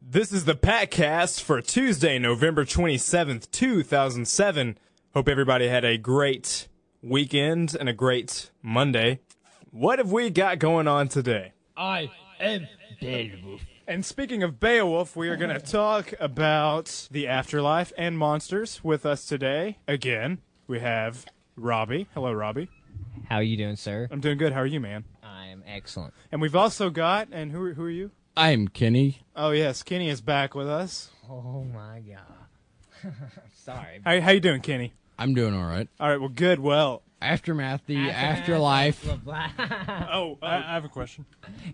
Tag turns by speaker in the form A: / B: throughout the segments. A: This is the Patcast for Tuesday, November 27th, 2007. Hope everybody had a great weekend and a great Monday. What have we got going on today?
B: I am Beowulf.
A: And speaking of Beowulf, we are going to talk about the afterlife and monsters with us today. Again, we have Robbie. Hello, Robbie.
C: How are you doing, sir?
A: I'm doing good. How are you, man?
C: I'm excellent.
A: And we've also got, and who, are- who are you?
D: I'm Kenny.
A: Oh, yes, Kenny is back with us.
C: Oh my god. Sorry.
A: How, how you doing, Kenny?
D: I'm doing all right.
A: All right, well, good. Well,
D: Aftermath, the afterlife.
A: Oh, I, have a question.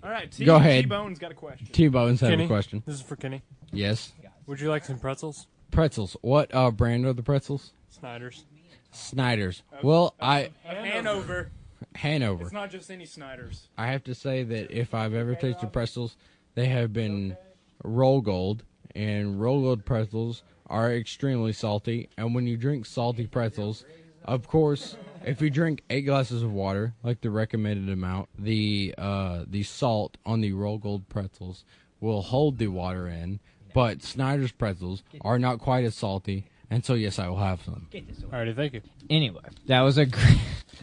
A: All right, T-
D: Go ahead.
A: T-Bone's got a question.
D: T Bones have a question.
E: This is for Kenny.
D: Yes.
E: Would you like some pretzels?
D: Pretzels. What uh, brand are the pretzels?
E: Snyder's.
D: Snyder's. Well, I
A: Hanover.
D: Hanover.
A: It's not just any Snyders.
D: I have to say that if I've ever tasted pretzels, they have been roll gold, and roll gold pretzels are extremely salty. And when you drink salty pretzels, of course, if you drink eight glasses of water, like the recommended amount, the uh, the salt on the roll gold pretzels will hold the water in. But Snyder's pretzels are not quite as salty, and so yes, I will have some.
E: Alrighty, thank you.
C: Anyway, that was a great,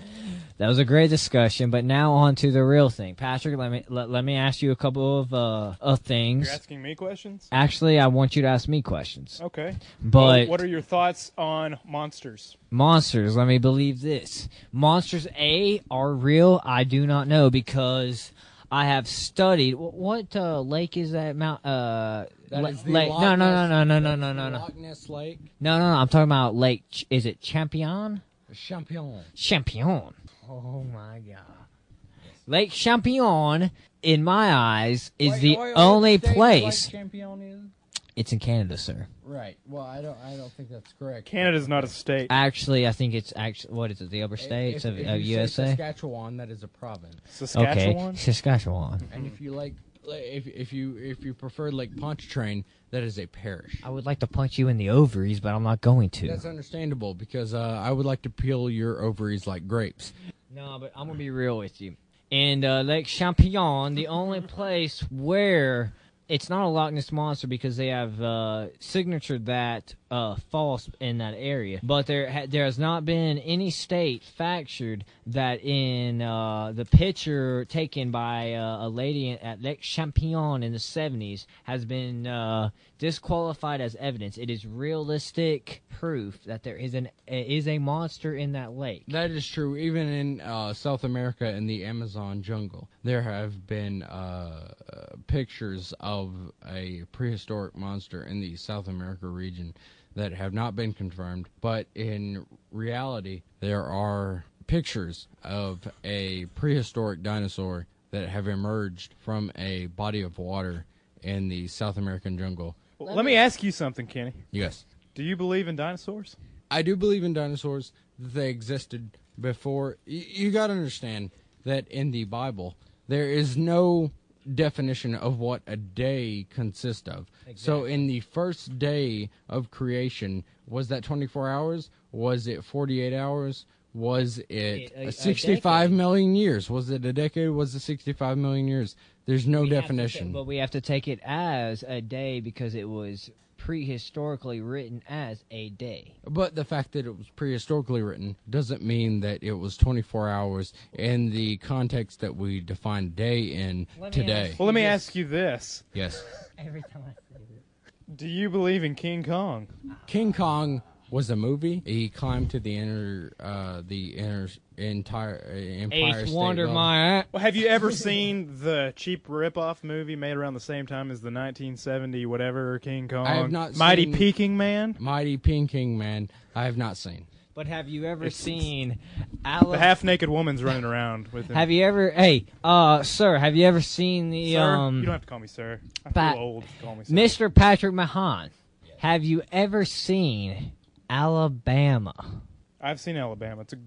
C: that was a great discussion. But now on to the real thing, Patrick. Let me let, let me ask you a couple of uh of things.
A: You're asking me questions?
C: Actually, I want you to ask me questions.
A: Okay.
C: But
A: what are your thoughts on monsters?
C: monsters, let me believe this. Monsters A are real. I do not know because I have studied. wh- What uh, lake is that? Mount. Uh, la- lake? No, no, no, no, no, no, no, no, no,
D: Loch Ness Lake,
C: no, no. I'm talking about Lake. Ch- Is it Champion?
D: Champion.
C: Champion. Oh my god. Lake Champion, in my eyes, is the only place.
D: Champion is?
C: it's in Canada, sir.
D: Right. Well, I don't. I don't think that's correct.
A: Canada's not a state.
C: Actually, I think it's actually what is it? The upper states
D: if,
C: of,
D: if
C: of
D: you say
C: USA.
D: Saskatchewan, that is a province.
A: Saskatchewan?
C: Okay, Saskatchewan.
D: And if you like, if if you if you prefer Lake Pontchartrain, that is a parish.
C: I would like to punch you in the ovaries, but I'm not going to.
D: That's understandable because uh, I would like to peel your ovaries like grapes.
C: no, but I'm gonna be real with you. And uh, Lake Champion, the only place where it's not a Loch Ness monster because they have uh, signatured that uh, false in that area. But there ha- there has not been any state factured that in uh, the picture taken by uh, a lady at Lake Champion in the 70s has been uh, disqualified as evidence. It is realistic proof that there is an is a monster in that lake.
D: That is true. Even in uh, South America, in the Amazon jungle, there have been uh, uh, pictures of a prehistoric monster in the South America region that have not been confirmed. But in reality, there are pictures of a prehistoric dinosaur that have emerged from a body of water in the South American jungle.
A: Well, let me ask you something, Kenny.
D: Yes.
A: Do you believe in dinosaurs?
D: I do believe in dinosaurs. that They existed before. Y- You got to understand that in the Bible, there is no definition of what a day consists of. So, in the first day of creation, was that 24 hours? Was it 48 hours? Was it
C: A- a- a
D: 65 million years? Was it a decade? Was it 65 million years? There's no
C: We have to ta-
D: definition.
C: but we have to take it as a day because it was prehistorically written as a day.
D: But the fact that it was prehistorically written doesn't mean that it was 24 hours in the context that we define day in
C: Let me
D: today.
C: ask-
A: Well, let me ask you this.
D: Yes.
C: Every time I say it.
A: Do you believe in King Kong?
D: King Kong was a movie. He climbed to the inner, uh, the inner entire uh, empire.
C: Eighth
D: State
C: wonder
D: Building.
C: my
A: Well, have you ever seen the cheap ripoff movie made around the same time as the 1970 whatever King Kong?
D: I have not
A: Mighty
D: seen-
A: Peking Man?
D: Mighty Pink King Man. I have not seen.
C: But have you ever
A: It's- it's-
C: seen
A: The
C: Alabama?
A: half-naked woman's running around with him.
C: have you ever, hey, uh, sir, have you ever seen the
A: Sir,
C: um,
A: you don't have to call me sir. I'm
C: Pat-
A: too old to call me sir.
C: Mr. Patrick Mahan? Have you ever seen Alabama?
A: I've seen Alabama. It's a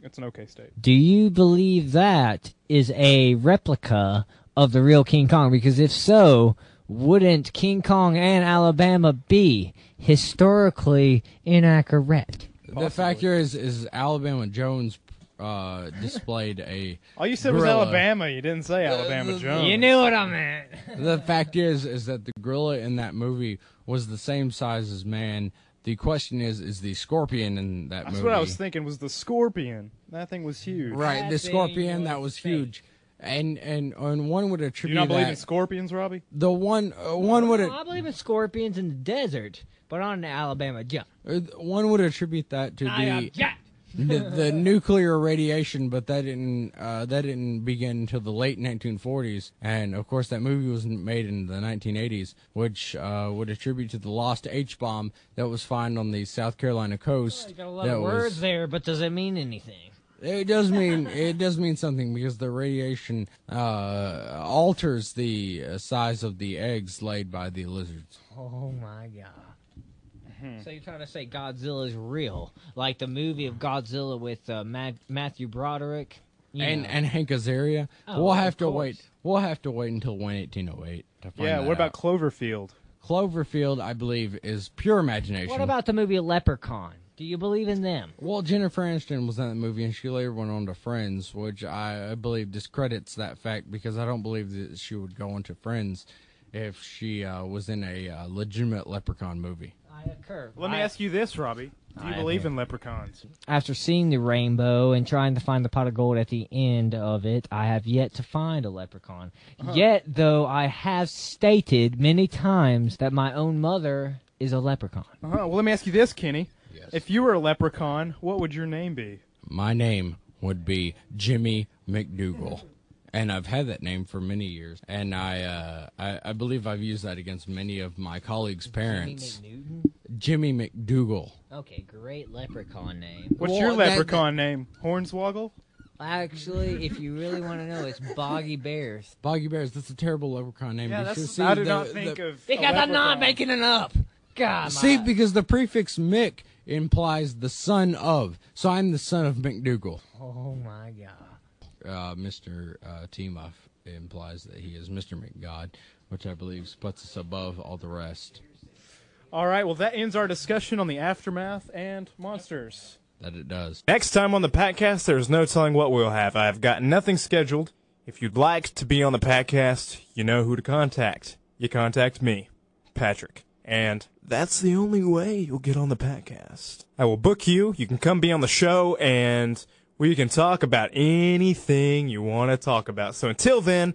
A: it's an okay state.
C: Do you believe that is a replica of the real King Kong? Because if so, wouldn't King Kong and Alabama be historically inaccurate?
D: The factor is, is Alabama Jones uh, displayed a.
F: All you said was
D: Gorilla.
F: Alabama. You didn't say Alabama Jones.
C: You knew what I meant.
D: The fact is, is that the gorilla in that movie was the same size as man. The question is, is the scorpion in that
F: That's
D: movie?
F: what I was thinking. Was the scorpion? That thing was huge.
D: Right,
C: That
D: the
C: thing
D: scorpion that
C: was
D: was huge, and and and one would
F: You
D: attribute
F: not believe
D: that-
F: in scorpions, Robbie?
D: the one uh, one would.
C: Well, I believe in scorpions in the desert, but on an Alabama jump.
D: Uh, One would attribute that to
C: I am
D: the,
C: jacked.
D: the the nuclear radiation, but that didn't uh, that didn't begin until the late 1940s, and of course that movie was made in the 1980s, which uh, would attribute to the lost H bomb that was found on the South Carolina coast.
C: I got a lot
D: that
C: of
D: was-
C: words there, but does it mean anything?
D: It does mean it does mean something because the radiation uh, alters the uh, size of the eggs laid by the lizards.
C: Oh my god. So you're trying to say Godzilla's real, like the movie of Godzilla with uh, Matt, Matthew Broderick, you
D: and
C: know.
D: and Hank Azaria.
C: Oh,
D: we'll
C: of
D: have to
C: course.
D: wait. We'll have to wait until one eighteen oh eight to find
F: Yeah.
D: that
F: What about
D: out.
F: Cloverfield?
D: Cloverfield? I believe is pure imagination.
C: what about the movie Leprechaun? Do you believe in them?
D: Well, Jennifer Aniston was in that movie, and she later went on to Friends, which I, I believe discredits that fact because I don't believe that she would go into Friends if she uh, was in a uh, legitimate Leprechaun movie.
C: I occur.
F: Let me
C: I-
F: ask you this, Robbie. Do you
C: I
F: believe
C: agree.
F: in leprechauns?
C: After seeing the rainbow and trying to find the pot of gold at the end of it, I have yet to find a leprechaun.
F: Uh-huh.
C: Yet, though, I have stated many times that my own mother is a leprechaun.
F: Uh-huh. Well, let me ask you this, Kenny.
D: Yes.
F: If you were a leprechaun, what would your name be?
D: My name would be Jimmy McDougal. And I've had that name for many years, and I, uh, I I believe I've used that against many of my colleagues' parents.
C: Newton?
D: Jimmy, McDougal.
C: Okay, great leprechaun name.
F: What's
D: Well,
F: your
D: that-
F: leprechaun name? Hornswoggle?
C: Actually, if you really want to know, it's Boggy Bears.
D: Boggy Bears. That's a terrible leprechaun name. You should see
F: I do
D: the-
F: not
D: the-
F: think of.
C: Because
F: a
C: I'm not
F: leprechaun.
C: making it up. God,
D: See, because the prefix Mick implies the son of, so I'm the son of McDougal.
C: oh my god.
D: Uh, Mr. Uh, Teamuff implies that he is Mr. McGod, which I believe puts us above all the rest.
F: All right. Well, that ends our discussion on the aftermath and monsters.
D: That it does.
A: Next time on the podcast, there's no telling what we'll have. I've got nothing scheduled. If you'd like to be on the podcast, you know who to contact. You contact me, Patrick. And that's the only way you'll get on the podcast. I will book you. You can come be on the show and we can talk about anything you want to talk about. So until then,